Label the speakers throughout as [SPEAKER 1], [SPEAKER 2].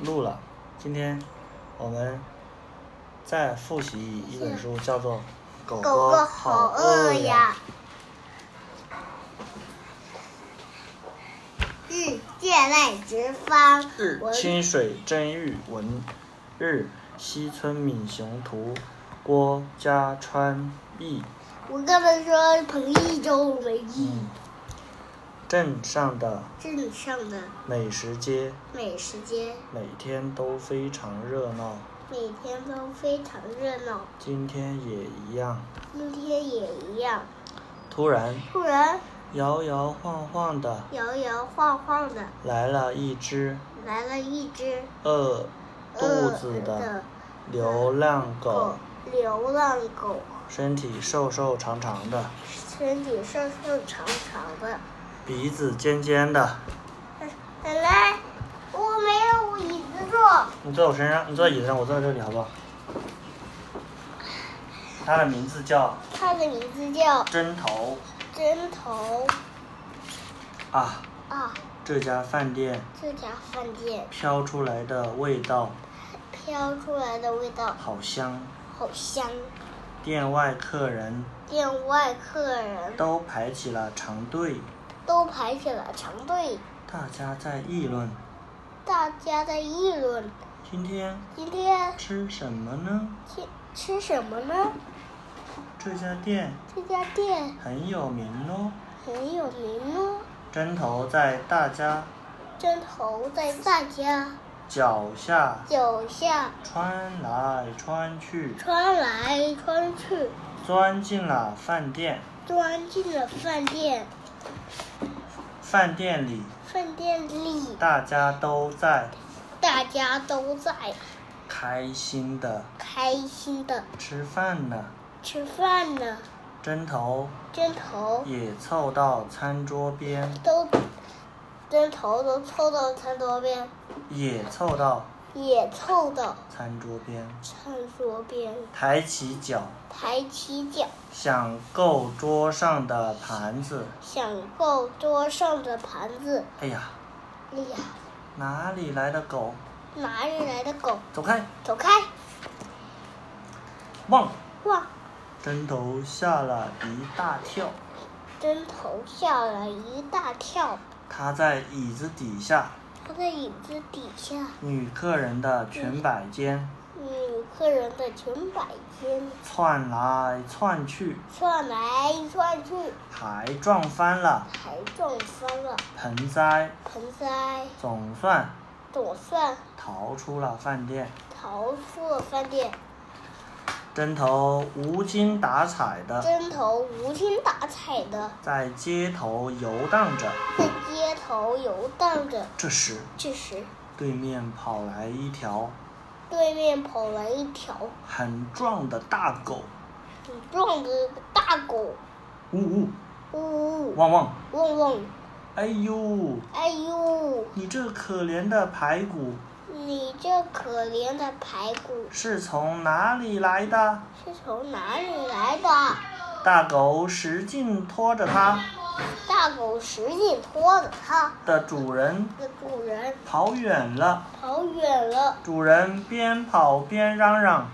[SPEAKER 1] 录了。今天我们再复习一本书，叫做《狗
[SPEAKER 2] 狗狗
[SPEAKER 1] 好
[SPEAKER 2] 好饿
[SPEAKER 1] 呀
[SPEAKER 2] 呀。日界外直方，
[SPEAKER 1] 日
[SPEAKER 2] 我
[SPEAKER 1] 清水真玉文，日西村敏雄图，郭家川译。
[SPEAKER 2] 我跟他们说彭一周为一
[SPEAKER 1] 嗯，镇上的
[SPEAKER 2] 镇上的
[SPEAKER 1] 美食街
[SPEAKER 2] 美食街，
[SPEAKER 1] 每天都非常热闹，
[SPEAKER 2] 每天都非常热闹，
[SPEAKER 1] 今天也一样。
[SPEAKER 2] 今天也一样。
[SPEAKER 1] 突然，
[SPEAKER 2] 突然
[SPEAKER 1] 摇摇晃晃的
[SPEAKER 2] 摇摇晃晃的
[SPEAKER 1] 来了一只
[SPEAKER 2] 来了一只
[SPEAKER 1] 饿肚子
[SPEAKER 2] 饿
[SPEAKER 1] 的流浪
[SPEAKER 2] 嗯
[SPEAKER 1] 狗，
[SPEAKER 2] 流浪狗，
[SPEAKER 1] 身体瘦瘦长长的，
[SPEAKER 2] 身体瘦瘦长长的。
[SPEAKER 1] 鼻子尖尖的。
[SPEAKER 2] 奶奶，我没有椅子坐。
[SPEAKER 1] 你坐我身上，你坐椅子上，我坐这里好不好？它的名字叫
[SPEAKER 2] 它的名字叫
[SPEAKER 1] 针头
[SPEAKER 2] 针头
[SPEAKER 1] 啊。
[SPEAKER 2] 啊，
[SPEAKER 1] 这家饭店
[SPEAKER 2] 这家饭店
[SPEAKER 1] 飘出来的味道
[SPEAKER 2] 飘出来的味道
[SPEAKER 1] 好香，
[SPEAKER 2] 好香。
[SPEAKER 1] 店外客人
[SPEAKER 2] 店外客人
[SPEAKER 1] 都排起了长队，
[SPEAKER 2] 都排起了长队，
[SPEAKER 1] 大家在议论
[SPEAKER 2] 大家在议论
[SPEAKER 1] 今天
[SPEAKER 2] 今天
[SPEAKER 1] 吃什么呢？
[SPEAKER 2] 吃吃什么呢？
[SPEAKER 1] 这家店
[SPEAKER 2] 这家店
[SPEAKER 1] 很有名哦。
[SPEAKER 2] 很有名哦。
[SPEAKER 1] 针头在大家
[SPEAKER 2] 针头在大家
[SPEAKER 1] 脚下
[SPEAKER 2] 脚下
[SPEAKER 1] 穿来穿去，
[SPEAKER 2] 穿来穿去，
[SPEAKER 1] 钻进了饭店。
[SPEAKER 2] 钻进了饭店。
[SPEAKER 1] 饭店里
[SPEAKER 2] 饭店里
[SPEAKER 1] 大家都在
[SPEAKER 2] 大家都在
[SPEAKER 1] 开心的
[SPEAKER 2] 开心的
[SPEAKER 1] 吃饭呢。
[SPEAKER 2] 吃饭呢。
[SPEAKER 1] 针头
[SPEAKER 2] 针头
[SPEAKER 1] 也凑到餐桌边，
[SPEAKER 2] 都，针头都凑到餐桌边，
[SPEAKER 1] 也凑到
[SPEAKER 2] 也凑到
[SPEAKER 1] 餐桌边，
[SPEAKER 2] 餐桌边，
[SPEAKER 1] 抬起脚
[SPEAKER 2] 抬起脚
[SPEAKER 1] 想够桌上的盘子。
[SPEAKER 2] 想够桌上的盘子。
[SPEAKER 1] 哎呀，
[SPEAKER 2] 哎呀，
[SPEAKER 1] 哪里来的狗？
[SPEAKER 2] 哪里来的狗？
[SPEAKER 1] 走开！
[SPEAKER 2] 走开！
[SPEAKER 1] 汪！
[SPEAKER 2] 哇，
[SPEAKER 1] 针头吓了一大跳，
[SPEAKER 2] 针头吓了一大跳，
[SPEAKER 1] 他在椅子底下
[SPEAKER 2] 他在椅子底下，
[SPEAKER 1] 女客人的裙摆间
[SPEAKER 2] 女客人的裙摆间
[SPEAKER 1] 窜来窜去，
[SPEAKER 2] 窜来窜去，
[SPEAKER 1] 还撞翻了
[SPEAKER 2] 还撞翻了
[SPEAKER 1] 盆栽，
[SPEAKER 2] 盆栽，
[SPEAKER 1] 总算
[SPEAKER 2] 总算
[SPEAKER 1] 逃出了饭店。
[SPEAKER 2] 逃出了饭店。
[SPEAKER 1] 针头无精打采的
[SPEAKER 2] 针头无精打采的
[SPEAKER 1] 在街头游荡着。
[SPEAKER 2] 在街头游荡着。
[SPEAKER 1] 这时，
[SPEAKER 2] 这时，
[SPEAKER 1] 对面跑来一条
[SPEAKER 2] 对面跑来一条
[SPEAKER 1] 很壮的大狗，
[SPEAKER 2] 很壮的大狗，
[SPEAKER 1] 呜呜
[SPEAKER 2] 呜呜
[SPEAKER 1] 汪汪！
[SPEAKER 2] 汪汪，
[SPEAKER 1] 哎呦，
[SPEAKER 2] 哎呦，
[SPEAKER 1] 你这可怜的排骨
[SPEAKER 2] 你这可怜的排骨
[SPEAKER 1] 是从哪里来的？
[SPEAKER 2] 是从哪里来的？
[SPEAKER 1] 大狗使劲拖着它
[SPEAKER 2] 大狗使劲拖着它
[SPEAKER 1] 的主人
[SPEAKER 2] 的主人
[SPEAKER 1] 跑远了，
[SPEAKER 2] 跑远了，
[SPEAKER 1] 主人边跑边嚷嚷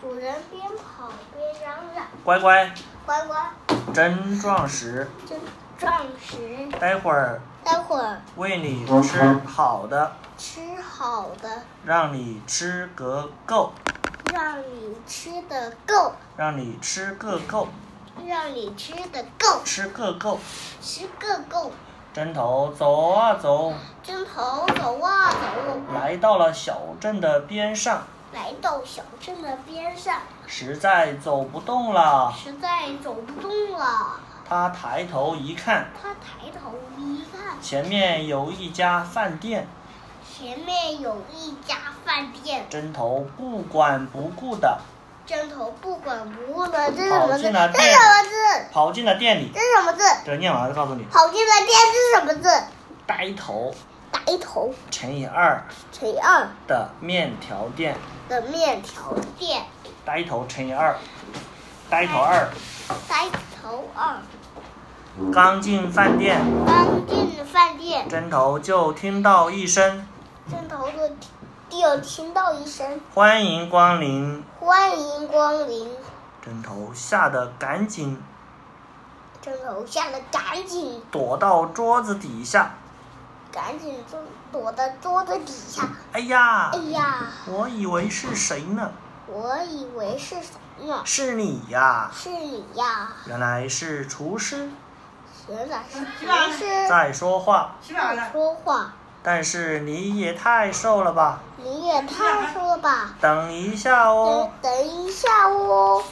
[SPEAKER 2] 主人边跑边嚷嚷：“
[SPEAKER 1] 乖乖，：“
[SPEAKER 2] 乖乖，
[SPEAKER 1] 真壮实，
[SPEAKER 2] 真壮实！
[SPEAKER 1] 待会儿
[SPEAKER 2] 待会儿
[SPEAKER 1] 喂你吃好的，
[SPEAKER 2] 吃好的。”
[SPEAKER 1] 让你吃个够，
[SPEAKER 2] 让你吃的够，
[SPEAKER 1] 让你吃个够，
[SPEAKER 2] 让你吃的够，
[SPEAKER 1] 吃个够。”
[SPEAKER 2] 吃个够。
[SPEAKER 1] 针头走啊走，
[SPEAKER 2] 针头走啊走，
[SPEAKER 1] 来到了小镇的边上，
[SPEAKER 2] 来到小镇的边上，
[SPEAKER 1] 实在走不动了。
[SPEAKER 2] 实在走不动了。
[SPEAKER 1] 他抬头一看，
[SPEAKER 2] 他抬头一看，
[SPEAKER 1] 前面有一家饭店。
[SPEAKER 2] 前面有一家饭店。
[SPEAKER 1] 针头不管不顾的
[SPEAKER 2] 针头不管不顾的，这是什
[SPEAKER 1] 跑
[SPEAKER 2] 么字？
[SPEAKER 1] 进
[SPEAKER 2] 这
[SPEAKER 1] 了
[SPEAKER 2] 是
[SPEAKER 1] 店
[SPEAKER 2] 什么字？
[SPEAKER 1] 跑进了店里。
[SPEAKER 2] 这是什么字？
[SPEAKER 1] 这念完了告诉你，
[SPEAKER 2] 跑进了店是什么字？
[SPEAKER 1] 呆头
[SPEAKER 2] 呆头
[SPEAKER 1] 乘以二
[SPEAKER 2] 乘以二
[SPEAKER 1] 的面条店，
[SPEAKER 2] 的面条店，
[SPEAKER 1] 呆头乘以二，呆头二。
[SPEAKER 2] 呆头二。
[SPEAKER 1] 刚进饭店，
[SPEAKER 2] 刚进饭店。
[SPEAKER 1] 针头就听到一声
[SPEAKER 2] 针头的叮有听到一声
[SPEAKER 1] 欢迎光临。
[SPEAKER 2] “欢迎光临
[SPEAKER 1] 枕头吓得赶紧”，
[SPEAKER 2] 枕头吓得赶紧
[SPEAKER 1] 躲到桌子底下。
[SPEAKER 2] 赶紧就躲到桌子底下。
[SPEAKER 1] 哎呀
[SPEAKER 2] 哎，呀，
[SPEAKER 1] 我以为是谁呢？
[SPEAKER 2] 我以为是谁呢？
[SPEAKER 1] 是你呀！
[SPEAKER 2] 是你呀！
[SPEAKER 1] 原来是厨师
[SPEAKER 2] 原来是厨师
[SPEAKER 1] 在说话，
[SPEAKER 3] 吃完
[SPEAKER 2] 在
[SPEAKER 3] 了，
[SPEAKER 2] 说话。
[SPEAKER 1] 但是你也太瘦了吧？
[SPEAKER 2] 你也太说吧。
[SPEAKER 1] 等一下哦
[SPEAKER 2] 等，等一下哦，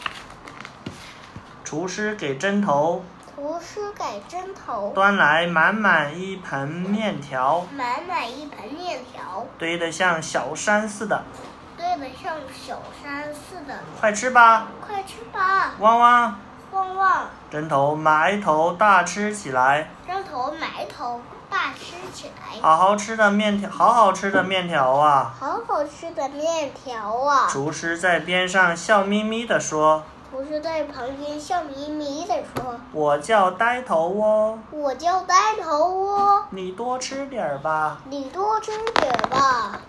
[SPEAKER 1] 厨师给针头
[SPEAKER 2] 厨师给针头
[SPEAKER 1] 端来满满一盆面条，
[SPEAKER 2] 满满一盆面条，
[SPEAKER 1] 堆得像小山似的。
[SPEAKER 2] 堆得像小山似的。
[SPEAKER 1] 快吃吧，
[SPEAKER 2] 快吃吧，
[SPEAKER 1] 汪汪！
[SPEAKER 2] 旺旺！
[SPEAKER 1] 针头埋头大吃起来，
[SPEAKER 2] 针头埋头大吃起来。
[SPEAKER 1] 好好吃的面条，好好吃的面条啊！
[SPEAKER 2] 好好吃的面条啊！
[SPEAKER 1] 厨师在边上笑眯眯地说
[SPEAKER 2] 厨师在旁边笑眯眯地说：“
[SPEAKER 1] 我叫呆头哦，：“
[SPEAKER 2] 我叫呆头窝，
[SPEAKER 1] 你多吃点儿吧。
[SPEAKER 2] 你多吃点吧。”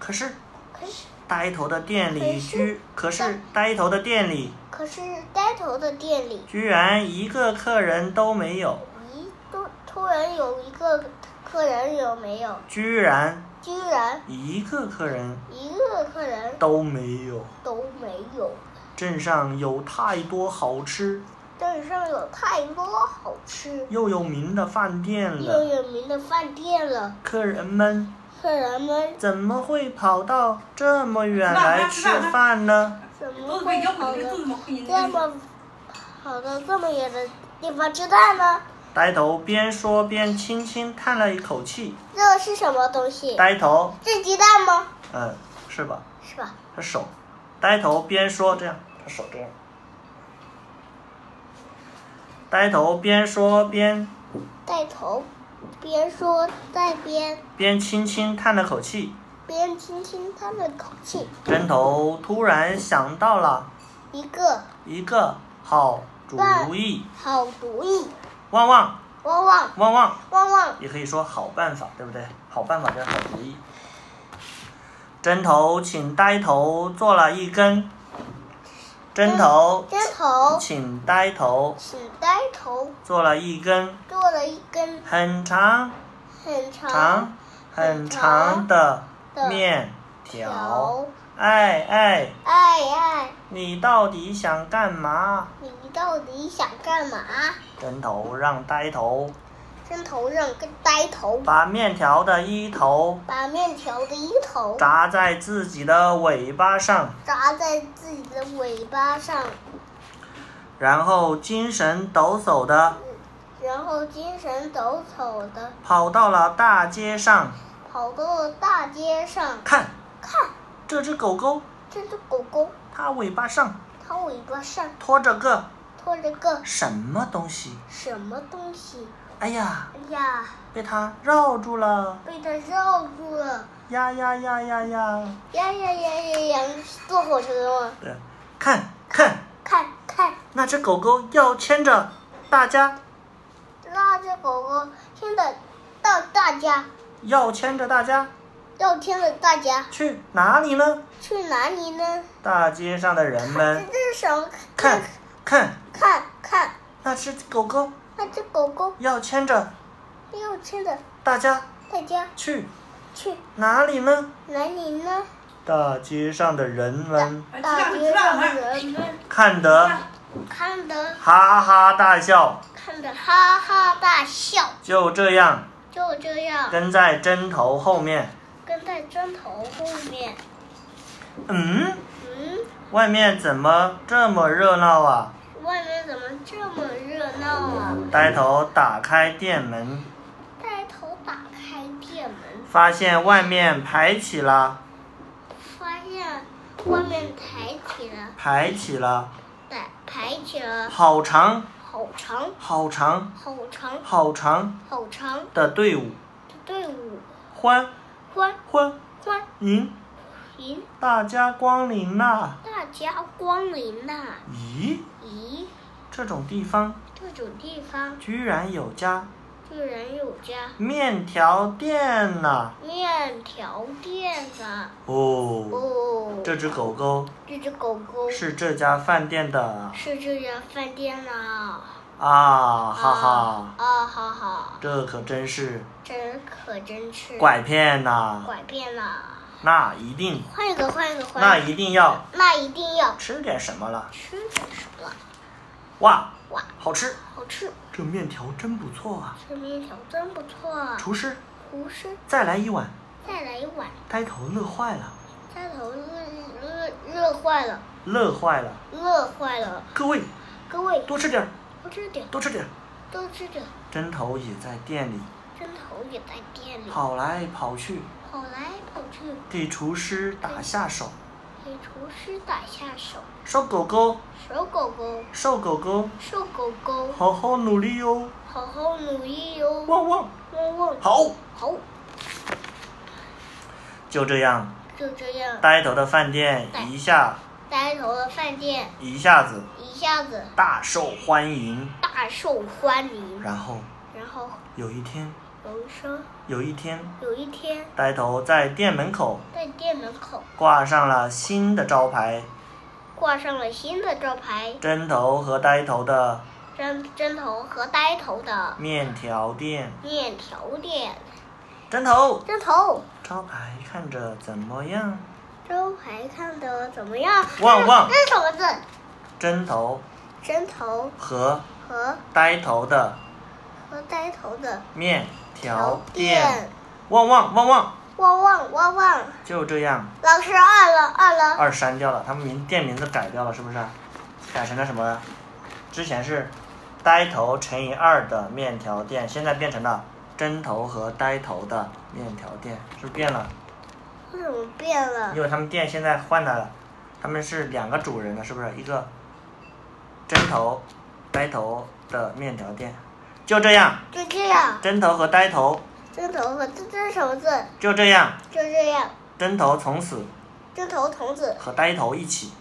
[SPEAKER 1] 可是
[SPEAKER 2] 可是，
[SPEAKER 1] 呆头的店里
[SPEAKER 2] 可是
[SPEAKER 1] 居，可是呆头的店里
[SPEAKER 2] 可是呆头的店里
[SPEAKER 1] 居然一个客人都没有，
[SPEAKER 2] 咦，突突然有一个客人有没有？
[SPEAKER 1] 居然
[SPEAKER 2] 居然
[SPEAKER 1] 一个客人
[SPEAKER 2] 一个客人
[SPEAKER 1] 都没有。
[SPEAKER 2] 都没有。
[SPEAKER 1] 镇上有太多好吃
[SPEAKER 2] 镇上有太多好吃
[SPEAKER 1] 又有名的饭店
[SPEAKER 2] 又
[SPEAKER 1] 了，
[SPEAKER 2] 有名的饭店了，
[SPEAKER 1] 客人们
[SPEAKER 2] 客人们
[SPEAKER 1] 怎么会跑到这么远来吃饭呢？
[SPEAKER 2] 怎么
[SPEAKER 3] 都快
[SPEAKER 2] 会
[SPEAKER 3] 要不
[SPEAKER 2] 跑
[SPEAKER 3] 你这
[SPEAKER 2] 到
[SPEAKER 3] 肚子嘛，快你
[SPEAKER 2] 这么跑到这么远的地方吃饭呢？
[SPEAKER 1] 呆头边说边轻轻叹了一口气。
[SPEAKER 2] 这是什么东西？
[SPEAKER 1] 呆头，
[SPEAKER 2] 是鸡蛋吗？
[SPEAKER 1] 嗯，是吧？
[SPEAKER 2] 是吧？
[SPEAKER 1] 他手，呆头边说这样，他手这样。呆头边说边
[SPEAKER 2] 带头，边说带边
[SPEAKER 1] 边轻轻叹了口气。
[SPEAKER 2] 边轻轻叹了口气，
[SPEAKER 1] 针头突然想到了
[SPEAKER 2] 一个
[SPEAKER 1] 一个好主意，
[SPEAKER 2] 好主意。
[SPEAKER 1] 旺旺
[SPEAKER 2] 旺旺，
[SPEAKER 1] 旺旺，
[SPEAKER 2] 旺旺，
[SPEAKER 1] 也可以说好办法，对不对？好办法叫好主意。针头请呆头做了一根，针头
[SPEAKER 2] 针头
[SPEAKER 1] 请呆头
[SPEAKER 2] 请呆头
[SPEAKER 1] 做了一根
[SPEAKER 2] 做了一根
[SPEAKER 1] 很长
[SPEAKER 2] 很
[SPEAKER 1] 长
[SPEAKER 2] 长
[SPEAKER 1] 很长的面条。
[SPEAKER 2] 条，
[SPEAKER 1] 哎哎，
[SPEAKER 2] 哎哎，
[SPEAKER 1] 你到底想干嘛？
[SPEAKER 2] 你到底想干嘛？
[SPEAKER 1] 针头让呆头
[SPEAKER 2] 针头让跟呆头
[SPEAKER 1] 把面条的一头
[SPEAKER 2] 把面条的一头
[SPEAKER 1] 扎在自己的尾巴上，
[SPEAKER 2] 扎在自己的尾巴上，
[SPEAKER 1] 然后精神抖擞的
[SPEAKER 2] 然后精神抖擞的
[SPEAKER 1] 跑到了大街上。
[SPEAKER 2] 跑到了大街上。
[SPEAKER 1] 看，
[SPEAKER 2] 看，
[SPEAKER 1] 这只狗狗，
[SPEAKER 2] 这只狗狗，
[SPEAKER 1] 它尾巴上
[SPEAKER 2] 它尾巴上
[SPEAKER 1] 拖着个
[SPEAKER 2] 拖着个
[SPEAKER 1] 什么东西？
[SPEAKER 2] 什么东西？
[SPEAKER 1] 哎呀，
[SPEAKER 2] 哎呀，
[SPEAKER 1] 被它绕住了！
[SPEAKER 2] 被它绕住了！
[SPEAKER 1] 呀呀呀呀呀！
[SPEAKER 2] 呀呀呀呀呀！坐火车吗？
[SPEAKER 1] 对，看看。
[SPEAKER 2] 看看，
[SPEAKER 1] 那只狗狗要牵着大家，
[SPEAKER 2] 那只狗狗牵着到大家，
[SPEAKER 1] 要牵着大家
[SPEAKER 2] 要牵着大家
[SPEAKER 1] 去哪里呢？
[SPEAKER 2] 去哪里呢？
[SPEAKER 1] 大街上的人
[SPEAKER 2] 这
[SPEAKER 1] 们
[SPEAKER 2] 这是什么？
[SPEAKER 1] 看看
[SPEAKER 2] 看看，
[SPEAKER 1] 那只狗狗
[SPEAKER 2] 那只狗狗
[SPEAKER 1] 要牵着
[SPEAKER 2] 要牵着
[SPEAKER 1] 大家
[SPEAKER 2] 大家
[SPEAKER 1] 去
[SPEAKER 2] 去
[SPEAKER 1] 哪里呢？
[SPEAKER 2] 哪里呢？
[SPEAKER 1] 大街上的人们
[SPEAKER 3] 哎吃
[SPEAKER 2] 大
[SPEAKER 3] 饭了，哎
[SPEAKER 2] 街
[SPEAKER 3] 吃
[SPEAKER 2] 上
[SPEAKER 3] 饭
[SPEAKER 2] 的
[SPEAKER 3] 了，
[SPEAKER 2] 人们
[SPEAKER 1] 看得
[SPEAKER 2] 看得
[SPEAKER 1] 哈哈大笑，
[SPEAKER 2] 看得哈哈大笑，
[SPEAKER 1] 就这样
[SPEAKER 2] 就这样
[SPEAKER 1] 跟在针头后面。
[SPEAKER 2] 跟在针头后面。
[SPEAKER 1] 嗯，
[SPEAKER 2] 嗯，
[SPEAKER 1] 外面怎么这么热闹啊？
[SPEAKER 2] 外面怎么这么热闹啊？
[SPEAKER 1] 呆头打开店门，
[SPEAKER 2] 带头打开店门，
[SPEAKER 1] 发现外面排起了。
[SPEAKER 2] 发现外面抬起了
[SPEAKER 1] 排起了，
[SPEAKER 2] 排排起了
[SPEAKER 1] 好长
[SPEAKER 2] 好长
[SPEAKER 1] 好长
[SPEAKER 2] 好长
[SPEAKER 1] 好长
[SPEAKER 2] 好长
[SPEAKER 1] 的队伍，
[SPEAKER 2] 的队伍，
[SPEAKER 1] 欢
[SPEAKER 2] 欢
[SPEAKER 1] 欢
[SPEAKER 2] 欢
[SPEAKER 1] 迎
[SPEAKER 2] 迎
[SPEAKER 1] 大家光临呐！
[SPEAKER 2] 大家光临呐、
[SPEAKER 1] 咦，
[SPEAKER 2] 咦，
[SPEAKER 1] 这种地方
[SPEAKER 2] 这种地方
[SPEAKER 1] 居然有家
[SPEAKER 2] 去人友家，
[SPEAKER 1] 面条店呐、
[SPEAKER 2] 面条店呢。
[SPEAKER 1] 哦，
[SPEAKER 2] 哦，
[SPEAKER 1] 这只狗狗
[SPEAKER 2] 这只狗狗
[SPEAKER 1] 是这家饭店的
[SPEAKER 2] 是这家饭店呢。
[SPEAKER 1] 啊，哈
[SPEAKER 2] 啊
[SPEAKER 1] 哈，
[SPEAKER 2] 啊哈哈，
[SPEAKER 1] 这可真是
[SPEAKER 2] 这可真是
[SPEAKER 1] 拐骗呐、
[SPEAKER 2] 嗯拐变了。
[SPEAKER 1] 那一定，
[SPEAKER 2] 换一个，换一个，
[SPEAKER 1] 那
[SPEAKER 2] 换一个。
[SPEAKER 1] 一定要
[SPEAKER 2] 那一定要
[SPEAKER 1] 吃点什么了。
[SPEAKER 2] 吃点什么？
[SPEAKER 1] 哇，
[SPEAKER 2] 哇，
[SPEAKER 1] 好吃！
[SPEAKER 2] 好吃！
[SPEAKER 1] 这面条真不错啊，
[SPEAKER 2] 这面条真不错啊。
[SPEAKER 1] 厨师，
[SPEAKER 2] 厨师，
[SPEAKER 1] 再来一碗。
[SPEAKER 2] 再来一碗。
[SPEAKER 1] 呆头乐坏了，
[SPEAKER 2] 呆头乐乐乐坏了，
[SPEAKER 1] 乐坏了。
[SPEAKER 2] 乐坏了。
[SPEAKER 1] 各位，
[SPEAKER 2] 各位
[SPEAKER 1] 多吃点儿，
[SPEAKER 2] 多吃点，
[SPEAKER 1] 多吃点儿。
[SPEAKER 2] 多吃点。
[SPEAKER 1] 针头也在店里
[SPEAKER 2] 针头也在店里，
[SPEAKER 1] 跑来跑去，
[SPEAKER 2] 跑来跑去，
[SPEAKER 1] 给厨师打下手，
[SPEAKER 2] 给厨师打下手。
[SPEAKER 1] 说狗狗，
[SPEAKER 2] 小狗狗，
[SPEAKER 1] 瘦狗狗，
[SPEAKER 2] 瘦狗狗，
[SPEAKER 1] 好好努力哟、
[SPEAKER 2] 好好努力哟、
[SPEAKER 1] 汪汪。
[SPEAKER 2] 汪汪！
[SPEAKER 1] 好，
[SPEAKER 2] 好，
[SPEAKER 1] 就这样，
[SPEAKER 2] 就这样。
[SPEAKER 1] 呆头的饭店一下
[SPEAKER 2] 呆头的饭店
[SPEAKER 1] 一下子
[SPEAKER 2] 一下子
[SPEAKER 1] 大受欢迎。
[SPEAKER 2] 大受欢迎。
[SPEAKER 1] 然后
[SPEAKER 2] 然后
[SPEAKER 1] 有一天，
[SPEAKER 2] 有一声，
[SPEAKER 1] 有一天，
[SPEAKER 2] 有一天
[SPEAKER 1] 呆头在店门口
[SPEAKER 2] 在店门口
[SPEAKER 1] 挂上了新的招牌，
[SPEAKER 2] 挂上了新的招牌
[SPEAKER 1] 针头和呆头的
[SPEAKER 2] ——针针头和呆头的
[SPEAKER 1] 面条店。
[SPEAKER 2] 面条店。
[SPEAKER 1] 针头，
[SPEAKER 2] 针头
[SPEAKER 1] 招牌看着怎么样？
[SPEAKER 2] 招牌看的怎么样？
[SPEAKER 1] 旺旺
[SPEAKER 2] 这是什么字？
[SPEAKER 1] 针头
[SPEAKER 2] 针头
[SPEAKER 1] 和
[SPEAKER 2] 和
[SPEAKER 1] 呆头的
[SPEAKER 2] 和呆头的
[SPEAKER 1] 面条
[SPEAKER 2] 条
[SPEAKER 1] 店。旺旺旺旺，
[SPEAKER 2] 旺旺旺旺。
[SPEAKER 1] 就这样，
[SPEAKER 2] 老师按了按了，
[SPEAKER 1] 二删掉了，他们名店名字改掉了，是不是？改成了什么？之前是呆头乘以二的面条店，现在变成了针头和呆头的面条店，是不是变了？
[SPEAKER 2] 为什么变了？
[SPEAKER 1] 因为他们店现在换了，他们是两个主人了，是不是？一个针头、呆头的面条店，就这样，
[SPEAKER 2] 就这样，
[SPEAKER 1] 针头和呆头
[SPEAKER 2] 针头和这这是什么字？
[SPEAKER 1] 就这样，
[SPEAKER 2] 就这样，
[SPEAKER 1] 针头从此
[SPEAKER 2] 针头童子
[SPEAKER 1] 和呆头一起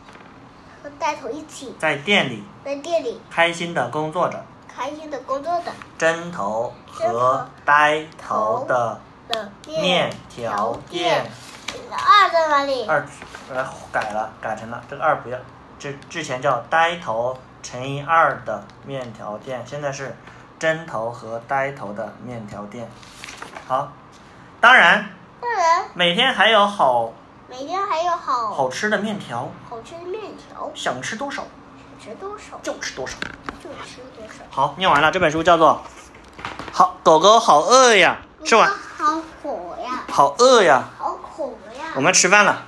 [SPEAKER 2] 和呆头一起
[SPEAKER 1] 在店里
[SPEAKER 2] 在店里
[SPEAKER 1] 开心的工作着。
[SPEAKER 2] 开心的工作的
[SPEAKER 1] 针头和呆头的
[SPEAKER 2] 的
[SPEAKER 1] 面条店，
[SPEAKER 2] 二在哪里？
[SPEAKER 1] 二来改了，改成了这个二不要，之之前叫呆头乘以二的面条店，现在是针头和呆头的面条店。好，当然
[SPEAKER 2] 当然，
[SPEAKER 1] 每天还有好
[SPEAKER 2] 每天还有好
[SPEAKER 1] 好吃的面条，
[SPEAKER 2] 好吃的面条，
[SPEAKER 1] 想吃多少
[SPEAKER 2] 吃多少
[SPEAKER 1] 就吃多少。
[SPEAKER 2] 就吃多少。
[SPEAKER 1] 好，念完了，这本书叫做《好狗狗好饿呀》，吃完
[SPEAKER 2] 好苦呀，
[SPEAKER 1] 好饿呀，
[SPEAKER 2] 好苦呀！
[SPEAKER 1] 我们吃饭了。